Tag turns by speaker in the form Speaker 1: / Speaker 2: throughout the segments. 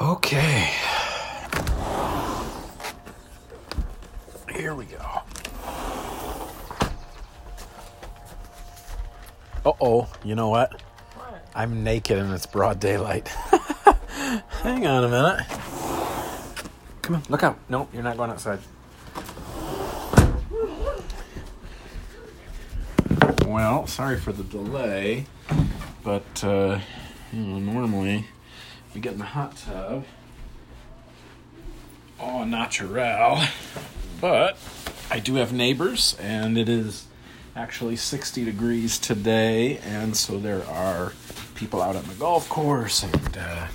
Speaker 1: Okay. Here we go. Uh oh, you know what? I'm naked and it's broad daylight. Hang on a minute. Come on, look out. No, you're not going outside. Well, sorry for the delay, but uh, you know, normally we get in the hot tub. Oh, natural. But I do have neighbors, and it is actually 60 degrees today, and so there are people out on the golf course, and uh,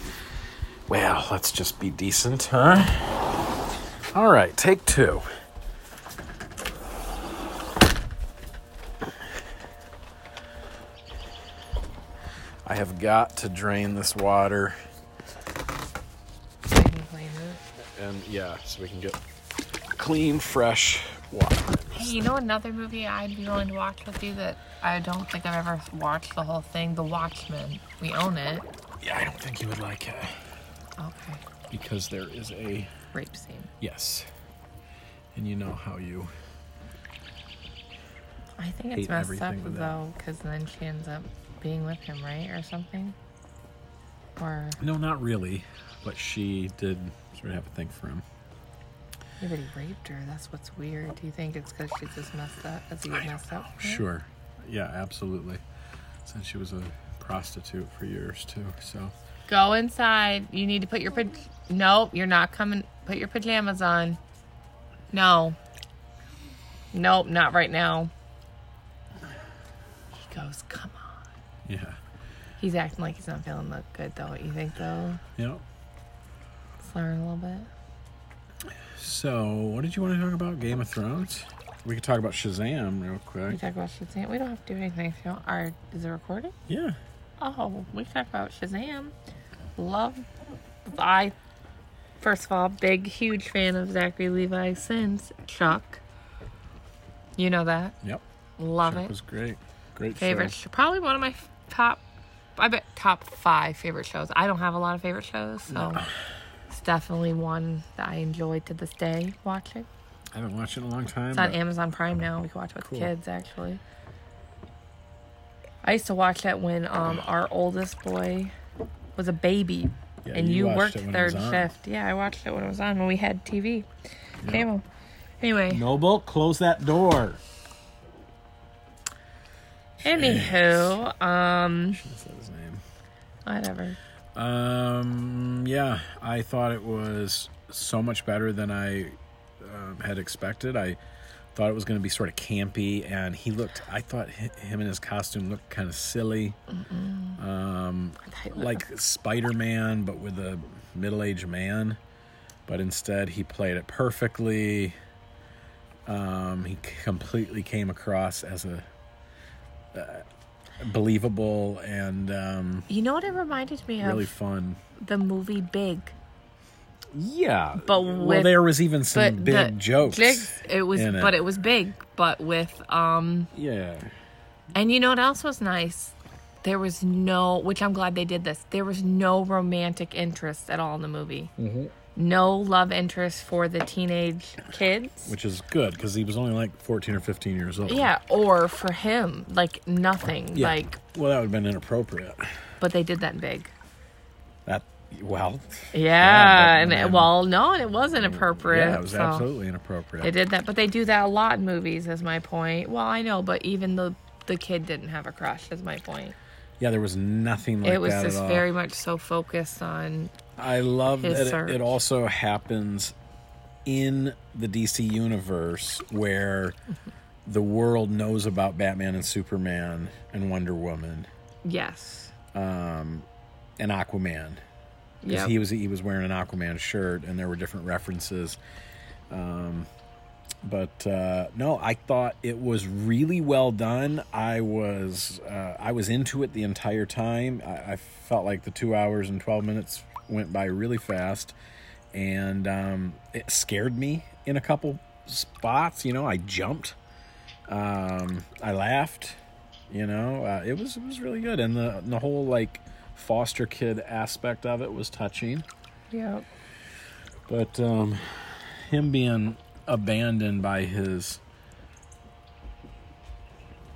Speaker 1: well, let's just be decent, huh? All right, take two. I have got to drain this water, and yeah, so we can get clean, fresh water.
Speaker 2: Hey, you know another movie I'd be willing to watch with you that I don't think I've ever watched the whole thing? The Watchmen. We own it.
Speaker 1: Yeah, I don't think you would like it
Speaker 2: Okay.
Speaker 1: because there is a
Speaker 2: Rape scene.
Speaker 1: yes, and you know how you.
Speaker 2: I think
Speaker 1: Hate
Speaker 2: it's messed up
Speaker 1: everything with that.
Speaker 2: though, because then she ends up being with him, right, or something. Or
Speaker 1: No, not really, but she did sort of have a thing for him.
Speaker 2: he already raped her. That's what's weird. Do you think it's because she's just messed up? As he messed up? with it?
Speaker 1: Sure. Yeah, absolutely. Since she was a prostitute for years too, so
Speaker 2: Go inside. You need to put your. Pa- nope, you're not coming. Put your pajamas on. No. Nope, not right now. He goes, come on.
Speaker 1: yeah,
Speaker 2: He's acting like he's not feeling that good though. You think though?
Speaker 1: you know.
Speaker 2: Slurring a little bit.
Speaker 1: So, what did you want to talk about? Game of Thrones. We could talk about Shazam real
Speaker 2: We
Speaker 1: quick.
Speaker 2: talk about Shazam. We don't have to do anything. So our is it recorded?
Speaker 1: Yeah.
Speaker 2: Oh, we talk about Shazam. Love. I first of all, big huge fan of Zachary Levi since Chuck. You know that.
Speaker 1: Yep.
Speaker 2: Love
Speaker 1: Chuck
Speaker 2: it.
Speaker 1: was great. Great
Speaker 2: favorite.
Speaker 1: show.
Speaker 2: Show. Probably one of my f- top. I bet top five favorite shows. I don't have a lot of favorite shows, so it's definitely one that I enjoy to this day watching.
Speaker 1: I haven't watched it in a long time.
Speaker 2: It's on
Speaker 1: but-
Speaker 2: Amazon Prime now. We can watch it with
Speaker 1: Cool.
Speaker 2: the kids actually. I used to watch that when um, our oldest boy was a baby,
Speaker 1: Yeah,
Speaker 2: and you,
Speaker 1: watched
Speaker 2: worked
Speaker 1: it when it
Speaker 2: third
Speaker 1: was on.
Speaker 2: shift. Yeah, I watched it when it was on when we had TV, cable. Anyway,
Speaker 1: Noble, close that door.
Speaker 2: anywho, um,
Speaker 1: That's not his name.
Speaker 2: whatever.
Speaker 1: Um, yeah, I thought it was so much better than I um, had expected. I thought it was going to be sort of campy, and he looked. I thought hi- him and his costume looked kind of silly, um, like Spider Man, but with a middle aged man. But instead, he played it perfectly. Um, he c- completely came across as a uh, believable and um,
Speaker 2: You know what it reminded me of?
Speaker 1: really fun.
Speaker 2: the movie Big.
Speaker 1: Yeah,
Speaker 2: But
Speaker 1: well,
Speaker 2: with-
Speaker 1: there was even some
Speaker 2: But
Speaker 1: big
Speaker 2: the
Speaker 1: jokes.
Speaker 2: jigs- it was,
Speaker 1: in
Speaker 2: but
Speaker 1: it.
Speaker 2: it was big. But with um,
Speaker 1: Yeah,
Speaker 2: and you know what else was nice? There was no, which I'm glad they did this. There was no romantic interest at all in the movie.
Speaker 1: Mm-hmm.
Speaker 2: No love interest for the teenage kids.
Speaker 1: which is good because he was only like fourteen or fifteen years old.
Speaker 2: Yeah, or for him, like nothing.
Speaker 1: Yeah.
Speaker 2: Like,
Speaker 1: well, that would have been inappropriate.
Speaker 2: but they did that in Big.
Speaker 1: That well,
Speaker 2: Yeah,
Speaker 1: Yeah, but
Speaker 2: and it,
Speaker 1: then-
Speaker 2: well, no, it was inappropriate.
Speaker 1: yeah, it was
Speaker 2: so.
Speaker 1: absolutely inappropriate.
Speaker 2: They did that, but they do that a lot in movies. Is my point. Well, I know, but even the the kid didn't have a crush. Is my point.
Speaker 1: Yeah, there was nothing like
Speaker 2: it was
Speaker 1: that
Speaker 2: just
Speaker 1: at all.
Speaker 2: very much so focused on.
Speaker 1: I love
Speaker 2: his
Speaker 1: that it-
Speaker 2: search.
Speaker 1: it also happens in the DC universe where the world knows about Batman and Superman and Wonder Woman
Speaker 2: Yes.
Speaker 1: and Aquaman. because
Speaker 2: Yeah.
Speaker 1: he was he was wearing an Aquaman shirt, and there were different references. Um, but uh, no, I thought it was really well done. I was uh, I was into it the entire time. I, I felt like the two hours and twelve minutes went by really fast, and um, it scared me in a couple spots. You know, I jumped. Um, I laughed. You know, uh, it was it was really good, and the the whole like foster kid aspect of it was touching.
Speaker 2: Yeah.
Speaker 1: But um, him being abandoned by his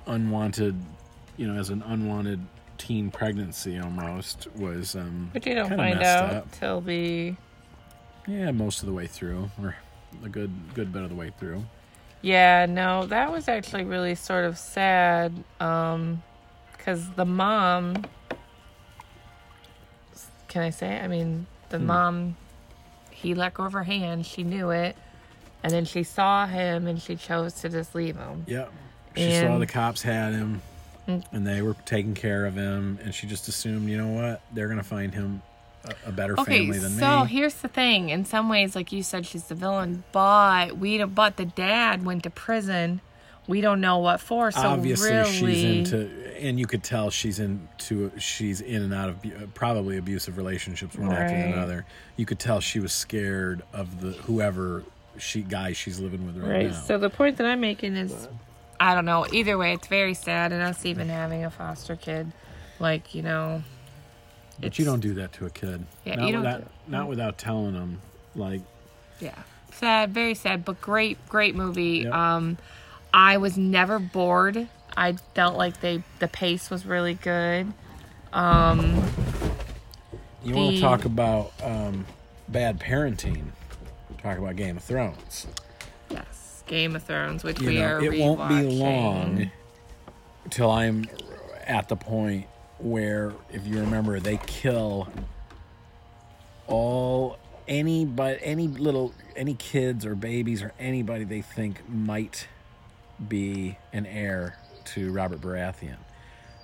Speaker 1: unwanted, you know, as an unwanted teen pregnancy almost was. Um,
Speaker 2: But you don't
Speaker 1: kinda
Speaker 2: find
Speaker 1: messed
Speaker 2: out
Speaker 1: up.
Speaker 2: till the
Speaker 1: Yeah, most of the way through, or a good good bit of the way through.
Speaker 2: Yeah, no, that was actually really sort of sad um cuz the mom Can I say? it? I mean, the
Speaker 1: Hmm.
Speaker 2: mom he let go of her hand, she knew it. And then she saw him and she chose to just leave him.
Speaker 1: Yep. She saw
Speaker 2: And- Mm.
Speaker 1: the cops had him, and they were taking care of him, and she just assumed, you know what, they're gonna find him a, a better
Speaker 2: Okay,
Speaker 1: family than
Speaker 2: so
Speaker 1: me.
Speaker 2: here's the thing. In some ways, like you said, she's the villain, but we don't- but the dad went to prison. We don't know what for. So
Speaker 1: Obviously,
Speaker 2: really,
Speaker 1: she's into, and you could tell she's into, she's in and out of abu- probably abusive relationships one after
Speaker 2: Right.
Speaker 1: another. You could tell she was scared of the whoever she guy she's living with right,
Speaker 2: Right.
Speaker 1: now.
Speaker 2: So the point that I'm making is, I don't know. Either way, it's very sad, and us even having a foster kid, like you know,
Speaker 1: but you
Speaker 2: it's-
Speaker 1: don't do that to a kid.
Speaker 2: Yeah,
Speaker 1: not
Speaker 2: you don't
Speaker 1: without,
Speaker 2: do
Speaker 1: not without telling them. Like,
Speaker 2: yeah, sad, very sad, but great, great movie.
Speaker 1: Yep.
Speaker 2: Um, I was never bored. I felt like they the pace was really good.
Speaker 1: You want
Speaker 2: the-
Speaker 1: to talk about um, bad parenting? Talk about Game of Thrones.
Speaker 2: Yes, Game of Thrones, which
Speaker 1: You
Speaker 2: we
Speaker 1: know,
Speaker 2: are.
Speaker 1: it won't be
Speaker 2: rewatching.
Speaker 1: long till I'm at the point where, if you remember, they kill all any but any little any kids or babies or anybody they think might be an heir to Robert Baratheon.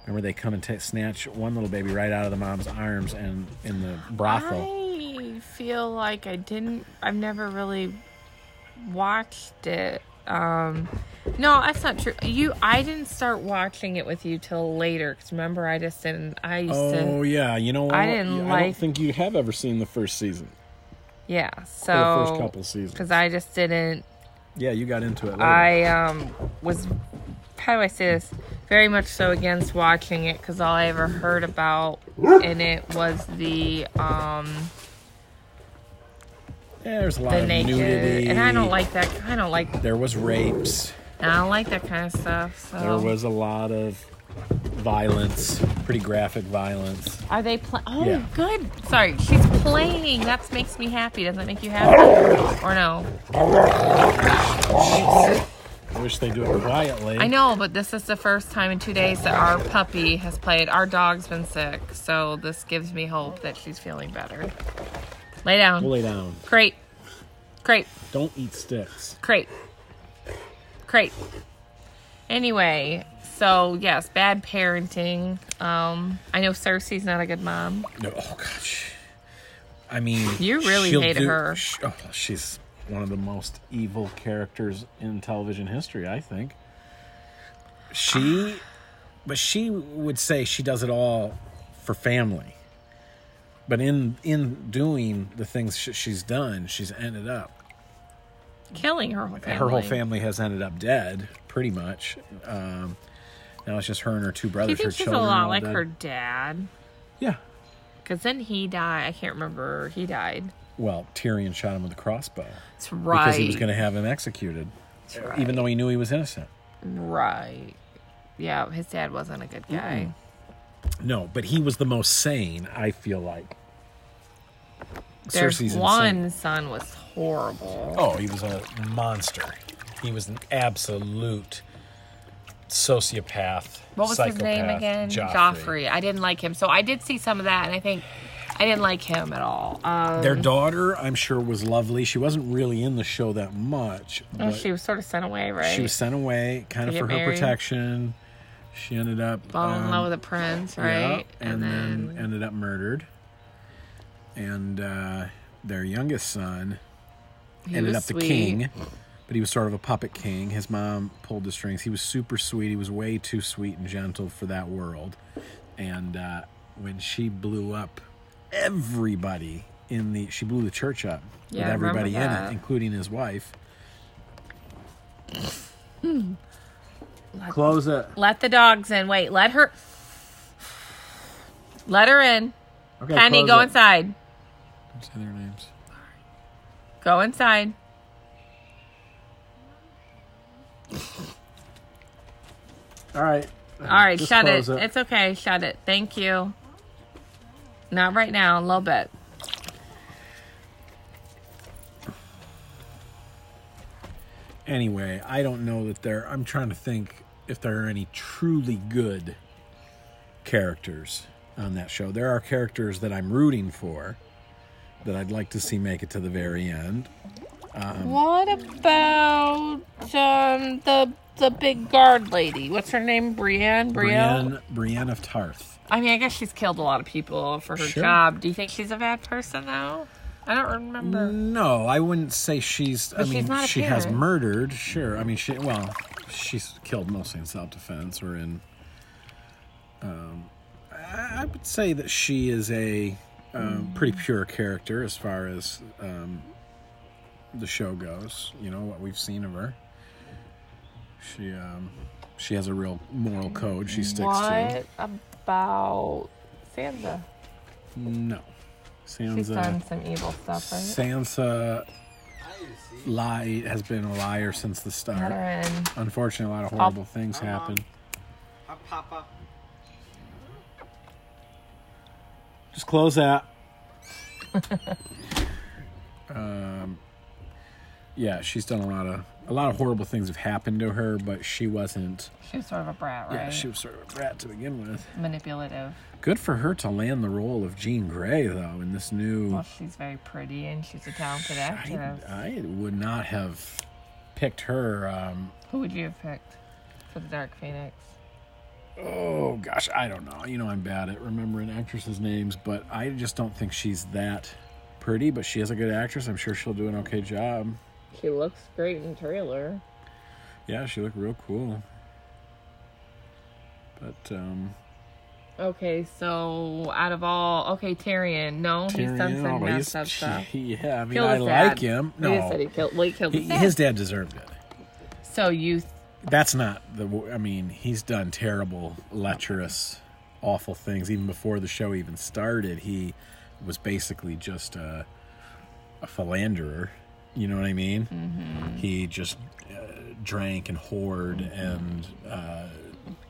Speaker 1: Remember, they come and ta snatch one little baby right out of the mom's arms and in the brothel.
Speaker 2: I feel like I didn't. I've never really watched it. Um, no, that's not true. You, I didn't start watching it with you till later. Cause remember, I just didn't. I used
Speaker 1: Oh
Speaker 2: to.
Speaker 1: yeah, you know what?
Speaker 2: I
Speaker 1: Yeah,
Speaker 2: didn't
Speaker 1: I don't
Speaker 2: like-
Speaker 1: think you have ever seen the first season
Speaker 2: Yeah.
Speaker 1: or
Speaker 2: So.
Speaker 1: the first couple seasons.
Speaker 2: Oh, Cause I just didn't.
Speaker 1: yeah, you got into it. Later.
Speaker 2: I um was. How do I say this? Very much so against watching it because all I ever heard about in it was the um
Speaker 1: yeah, there's a lot
Speaker 2: the
Speaker 1: of
Speaker 2: naked,
Speaker 1: nudity,
Speaker 2: and I don't like that. I don't like
Speaker 1: There was rapes.
Speaker 2: I don't like that kind of stuff. So
Speaker 1: There was a lot of violence, pretty graphic violence.
Speaker 2: Are they playing? Oh,
Speaker 1: Yeah.
Speaker 2: good. Sorry, she's playing. That makes me happy. Does that make you happy? Or no?
Speaker 1: I wish they do it quietly.
Speaker 2: I know, but this is the first time in two days that our puppy has played. Our dog's been sick, so this gives me hope that she's feeling better. Lay down.
Speaker 1: We'll lay down.
Speaker 2: Crate. Crate.
Speaker 1: Don't eat sticks.
Speaker 2: Crate. Crate. Anyway, so yes, bad parenting. Um, I know Cersei's not a good mom.
Speaker 1: No, oh gosh. I mean,
Speaker 2: You really
Speaker 1: she'll
Speaker 2: hated
Speaker 1: do-
Speaker 2: her.
Speaker 1: sh- oh, she's one of the most evil characters in television history, I think. She, but she would say she does it all for family. But in in doing the things sh- she's done, she's ended up
Speaker 2: Killing her whole family.
Speaker 1: her whole family has ended up dead, pretty much. Um, now it's just her and her two
Speaker 2: Do you
Speaker 1: brothers.
Speaker 2: think
Speaker 1: her
Speaker 2: she's a
Speaker 1: children are
Speaker 2: lot
Speaker 1: all
Speaker 2: like
Speaker 1: dead.
Speaker 2: her dad?
Speaker 1: Yeah.
Speaker 2: Because then he died. I can't remember. He died.
Speaker 1: Well, Tyrion shot him with a crossbow.
Speaker 2: That's right.
Speaker 1: because he was going to have him executed, even though he knew he was innocent.
Speaker 2: Right. Yeah, his dad wasn't a good guy.
Speaker 1: No, but he was the most sane. I feel like.
Speaker 2: There's
Speaker 1: Cersei's
Speaker 2: one
Speaker 1: insane.
Speaker 2: son was horrible.
Speaker 1: Oh, he was a monster. He was an absolute sociopath.
Speaker 2: what was his name
Speaker 1: psychopath,
Speaker 2: again?
Speaker 1: Joffrey.
Speaker 2: I didn't like him. So I did see some of that, and I think I didn't like him at all. Um,
Speaker 1: Their daughter, I'm sure, was lovely. She wasn't really in the show that much.
Speaker 2: oh,
Speaker 1: but
Speaker 2: she was sort of sent away, right?
Speaker 1: she was sent away, kind of
Speaker 2: To
Speaker 1: for
Speaker 2: get
Speaker 1: her
Speaker 2: married.
Speaker 1: protection. She ended up
Speaker 2: falling in
Speaker 1: um,
Speaker 2: love with a prince,
Speaker 1: Yeah,
Speaker 2: right?
Speaker 1: and, then, ended up murdered. And uh, their youngest son
Speaker 2: he
Speaker 1: ended up
Speaker 2: was
Speaker 1: the
Speaker 2: sweet.
Speaker 1: king, but he was sort of a puppet king. His mom pulled the strings. He was super sweet. He was way too sweet and gentle for that world. And uh, when she blew up everybody in the, she blew the church up
Speaker 2: Yeah,
Speaker 1: with
Speaker 2: I remember
Speaker 1: everybody in it,
Speaker 2: that.
Speaker 1: including his wife.
Speaker 2: Hmm.
Speaker 1: Close it.
Speaker 2: Let the dogs in. Wait, let her. Let her in.
Speaker 1: Okay,
Speaker 2: Penny,
Speaker 1: close
Speaker 2: go
Speaker 1: it.
Speaker 2: inside.
Speaker 1: Don't say their names.
Speaker 2: Go inside.
Speaker 1: All right.
Speaker 2: All right,
Speaker 1: Just
Speaker 2: shut it.
Speaker 1: close it.
Speaker 2: It's okay. Shut it. Thank you. Not right now. A little bit.
Speaker 1: Anyway, I don't know that there. I'm trying to think if there are any truly good characters on that show. There are characters that I'm rooting for that I'd like to see make it to the very end.
Speaker 2: What about um, the the big guard lady? What's her name? Brienne. Brienne.
Speaker 1: Brienne, Brienne of Tarth.
Speaker 2: I mean, I guess she's killed a lot of people for her
Speaker 1: Sure.
Speaker 2: job. Do you think she's a bad person though? I don't remember.
Speaker 1: Mm, No, I wouldn't say she's. I
Speaker 2: she's
Speaker 1: mean,
Speaker 2: not a
Speaker 1: she has
Speaker 2: parent.
Speaker 1: murdered. Sure. I mean, she. Well, she's killed mostly in self-defense or in. Um, I I would say that she is a um, pretty
Speaker 2: Mm.
Speaker 1: pure character as far as um, the show goes. You know what we've seen of her. She um, she has a real moral code she sticks to.
Speaker 2: What about Sansa?
Speaker 1: No, Sansa.
Speaker 2: She's done some evil stuff, right?
Speaker 1: Sansa lie has been a liar since the
Speaker 2: Let
Speaker 1: start.
Speaker 2: her in.
Speaker 1: Unfortunately, a lot of horrible things happen.
Speaker 3: Hi, Papa.
Speaker 1: Just close that. um, Um, yeah, she's done a lot of a lot of horrible things have happened to her, but she wasn't.
Speaker 2: She was sort of a brat, right?
Speaker 1: Yeah, she was sort of a brat to begin with.
Speaker 2: manipulative.
Speaker 1: Good for her to land the role of Jean Grey though in this new.
Speaker 2: Well, she's very pretty and she's a talented
Speaker 1: I,
Speaker 2: actress.
Speaker 1: I would not have picked her. Um,
Speaker 2: Who would you have picked for the Dark Phoenix?
Speaker 1: Oh gosh, I don't know. You know, I'm bad at remembering actresses' names, but I just don't think she's that pretty. But she is a good actress. I'm sure she'll do an okay job.
Speaker 2: She looks great in the trailer.
Speaker 1: Yeah, she looked real cool. But um,
Speaker 2: Okay, so out of all, okay, Tyrion. No, he's done
Speaker 1: Tyrion,
Speaker 2: some
Speaker 1: oh,
Speaker 2: messed
Speaker 1: he's,
Speaker 2: up stuff.
Speaker 1: yeah, I mean,
Speaker 2: Killed
Speaker 1: I
Speaker 2: his
Speaker 1: like
Speaker 2: dad.
Speaker 1: him.
Speaker 2: He just said he
Speaker 1: No,
Speaker 2: killed. Well, he killed
Speaker 1: he,
Speaker 2: his dad.
Speaker 1: his dad deserved it.
Speaker 2: So you,
Speaker 1: That's not the. w- I mean, he's done terrible, lecherous, awful things even before the show even started. He was basically just a, a philanderer. You know what I mean?
Speaker 2: Mm-hmm.
Speaker 1: He just uh, drank and whored, and uh,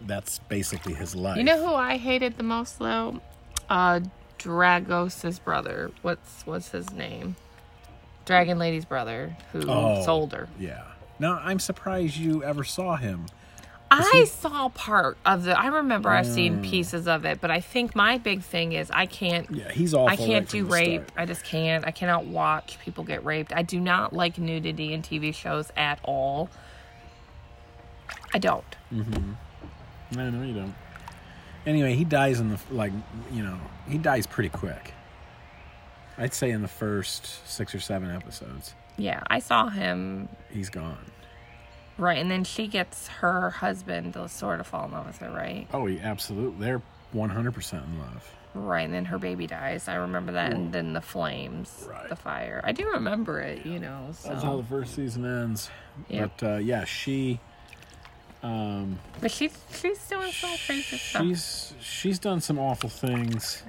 Speaker 1: that's basically his life.
Speaker 2: you know who I hated the most though? Uh, Dragos' brother. What's what's his name? Dragon Lady's brother who
Speaker 1: Oh.
Speaker 2: sold her.
Speaker 1: Yeah. Now I'm surprised you ever saw him.
Speaker 2: I saw part of the. I remember I've seen pieces of it, but I think my big thing is I can't.
Speaker 1: Mm. Yeah, he's awful.
Speaker 2: I can't
Speaker 1: right from
Speaker 2: do
Speaker 1: the
Speaker 2: rape.
Speaker 1: start.
Speaker 2: I just can't. I cannot watch people get raped. I do not like nudity in TV shows at all. I don't.
Speaker 1: Mm. No, no, you don't. Anyway, he dies in the like you know he dies pretty quick. I'd say in the first six or seven episodes,
Speaker 2: Yeah, I saw him
Speaker 1: he's gone.
Speaker 2: right, and then she gets her husband to sort of fall in love with her, right?
Speaker 1: Oh, he absolutely. They're one hundred percent in love.
Speaker 2: Right, and then her baby dies. I remember that, and then the flames,
Speaker 1: Right.
Speaker 2: the fire. I do remember it, you know.
Speaker 1: That's how the
Speaker 2: So,
Speaker 1: first season ends.
Speaker 2: Yeah.
Speaker 1: But uh, yeah, she
Speaker 2: but she's she's doing some crazy stuff.
Speaker 1: she's she's done some awful things.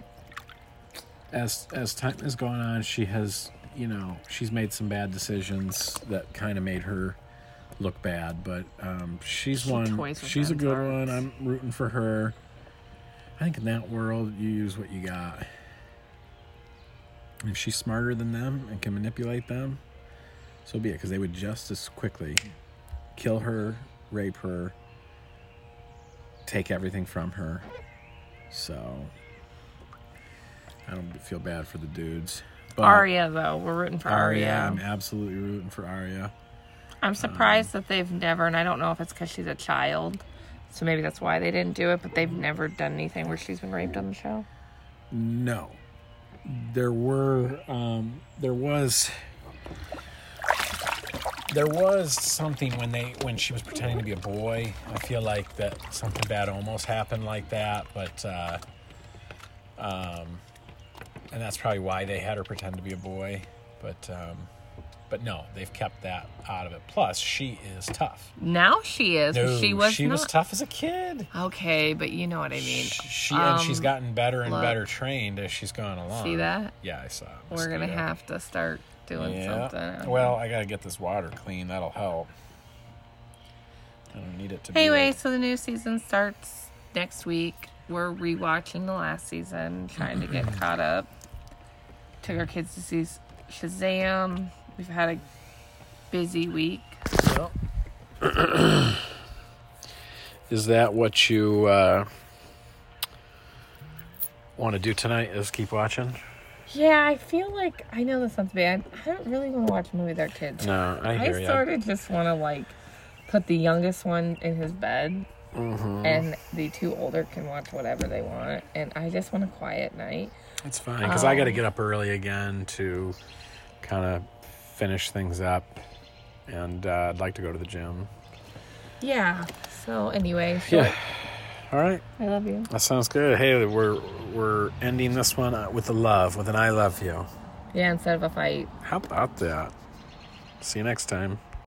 Speaker 1: As as time has gone on, she has you know she's made some bad decisions that kind of made her look bad. But um, she's one.
Speaker 2: toys with
Speaker 1: She's a
Speaker 2: men's
Speaker 1: good one.
Speaker 2: hearts.
Speaker 1: I'm rooting for her. I think in that world, you use what you got. If she's smarter than them and can manipulate them, so be it. Because they would just as quickly kill her, rape her, take everything from her. So I don't feel bad for the dudes. But
Speaker 2: Arya, though, we're rooting for Arya.
Speaker 1: Arya, I'm absolutely rooting for Arya.
Speaker 2: I'm surprised that they've never, and I don't know if it's because she's a child, so maybe that's why they didn't do it. But they've never done anything where she's been raped on the show.
Speaker 1: No, there were um, there was there was something when they when she was pretending to be a boy. I feel like that something bad almost happened like that, but uh, um, and that's probably why they had her pretend to be a boy. But um, But no, they've kept that out of it. Plus, she is tough.
Speaker 2: Now she is. but
Speaker 1: No,
Speaker 2: she was
Speaker 1: she
Speaker 2: not.
Speaker 1: was tough as a kid.
Speaker 2: okay, but you know what I mean.
Speaker 1: Sh- She and she's
Speaker 2: um,
Speaker 1: gotten better and
Speaker 2: look.
Speaker 1: better trained as she's gone along.
Speaker 2: See that?
Speaker 1: Yeah, I saw. it.
Speaker 2: We're gonna
Speaker 1: Mosquito.
Speaker 2: have to start doing
Speaker 1: Yeah.
Speaker 2: something.
Speaker 1: Well, I gotta get this water clean. That'll help. I don't need it to.
Speaker 2: Anyway,
Speaker 1: be
Speaker 2: so the new season starts next week. We're rewatching the last season, trying to get caught up. Took our kids to see Shazam. We've had a busy week.
Speaker 1: like- Well. is that what you uh, want to do tonight? Is keep watching?
Speaker 2: Yeah, I feel like I know this sounds bad. I don't really want to watch a movie with our kids.
Speaker 1: No, I
Speaker 2: I
Speaker 1: hear you.
Speaker 2: sort of just want to like put the youngest one in his bed,
Speaker 1: Mm-hmm.
Speaker 2: and the two older can watch whatever they want. And I just want a quiet night.
Speaker 1: It's fine because I got to
Speaker 2: Um.
Speaker 1: get up early again to kind of finish things up, and uh, I'd like to go to the gym.
Speaker 2: Yeah. So anyway,
Speaker 1: Yeah. All right.
Speaker 2: I love you.
Speaker 1: That sounds good. Hey, we're we're ending this one uh, with a love, with an I love you.
Speaker 2: Yeah, instead of a fight.
Speaker 1: How about that? See you next time.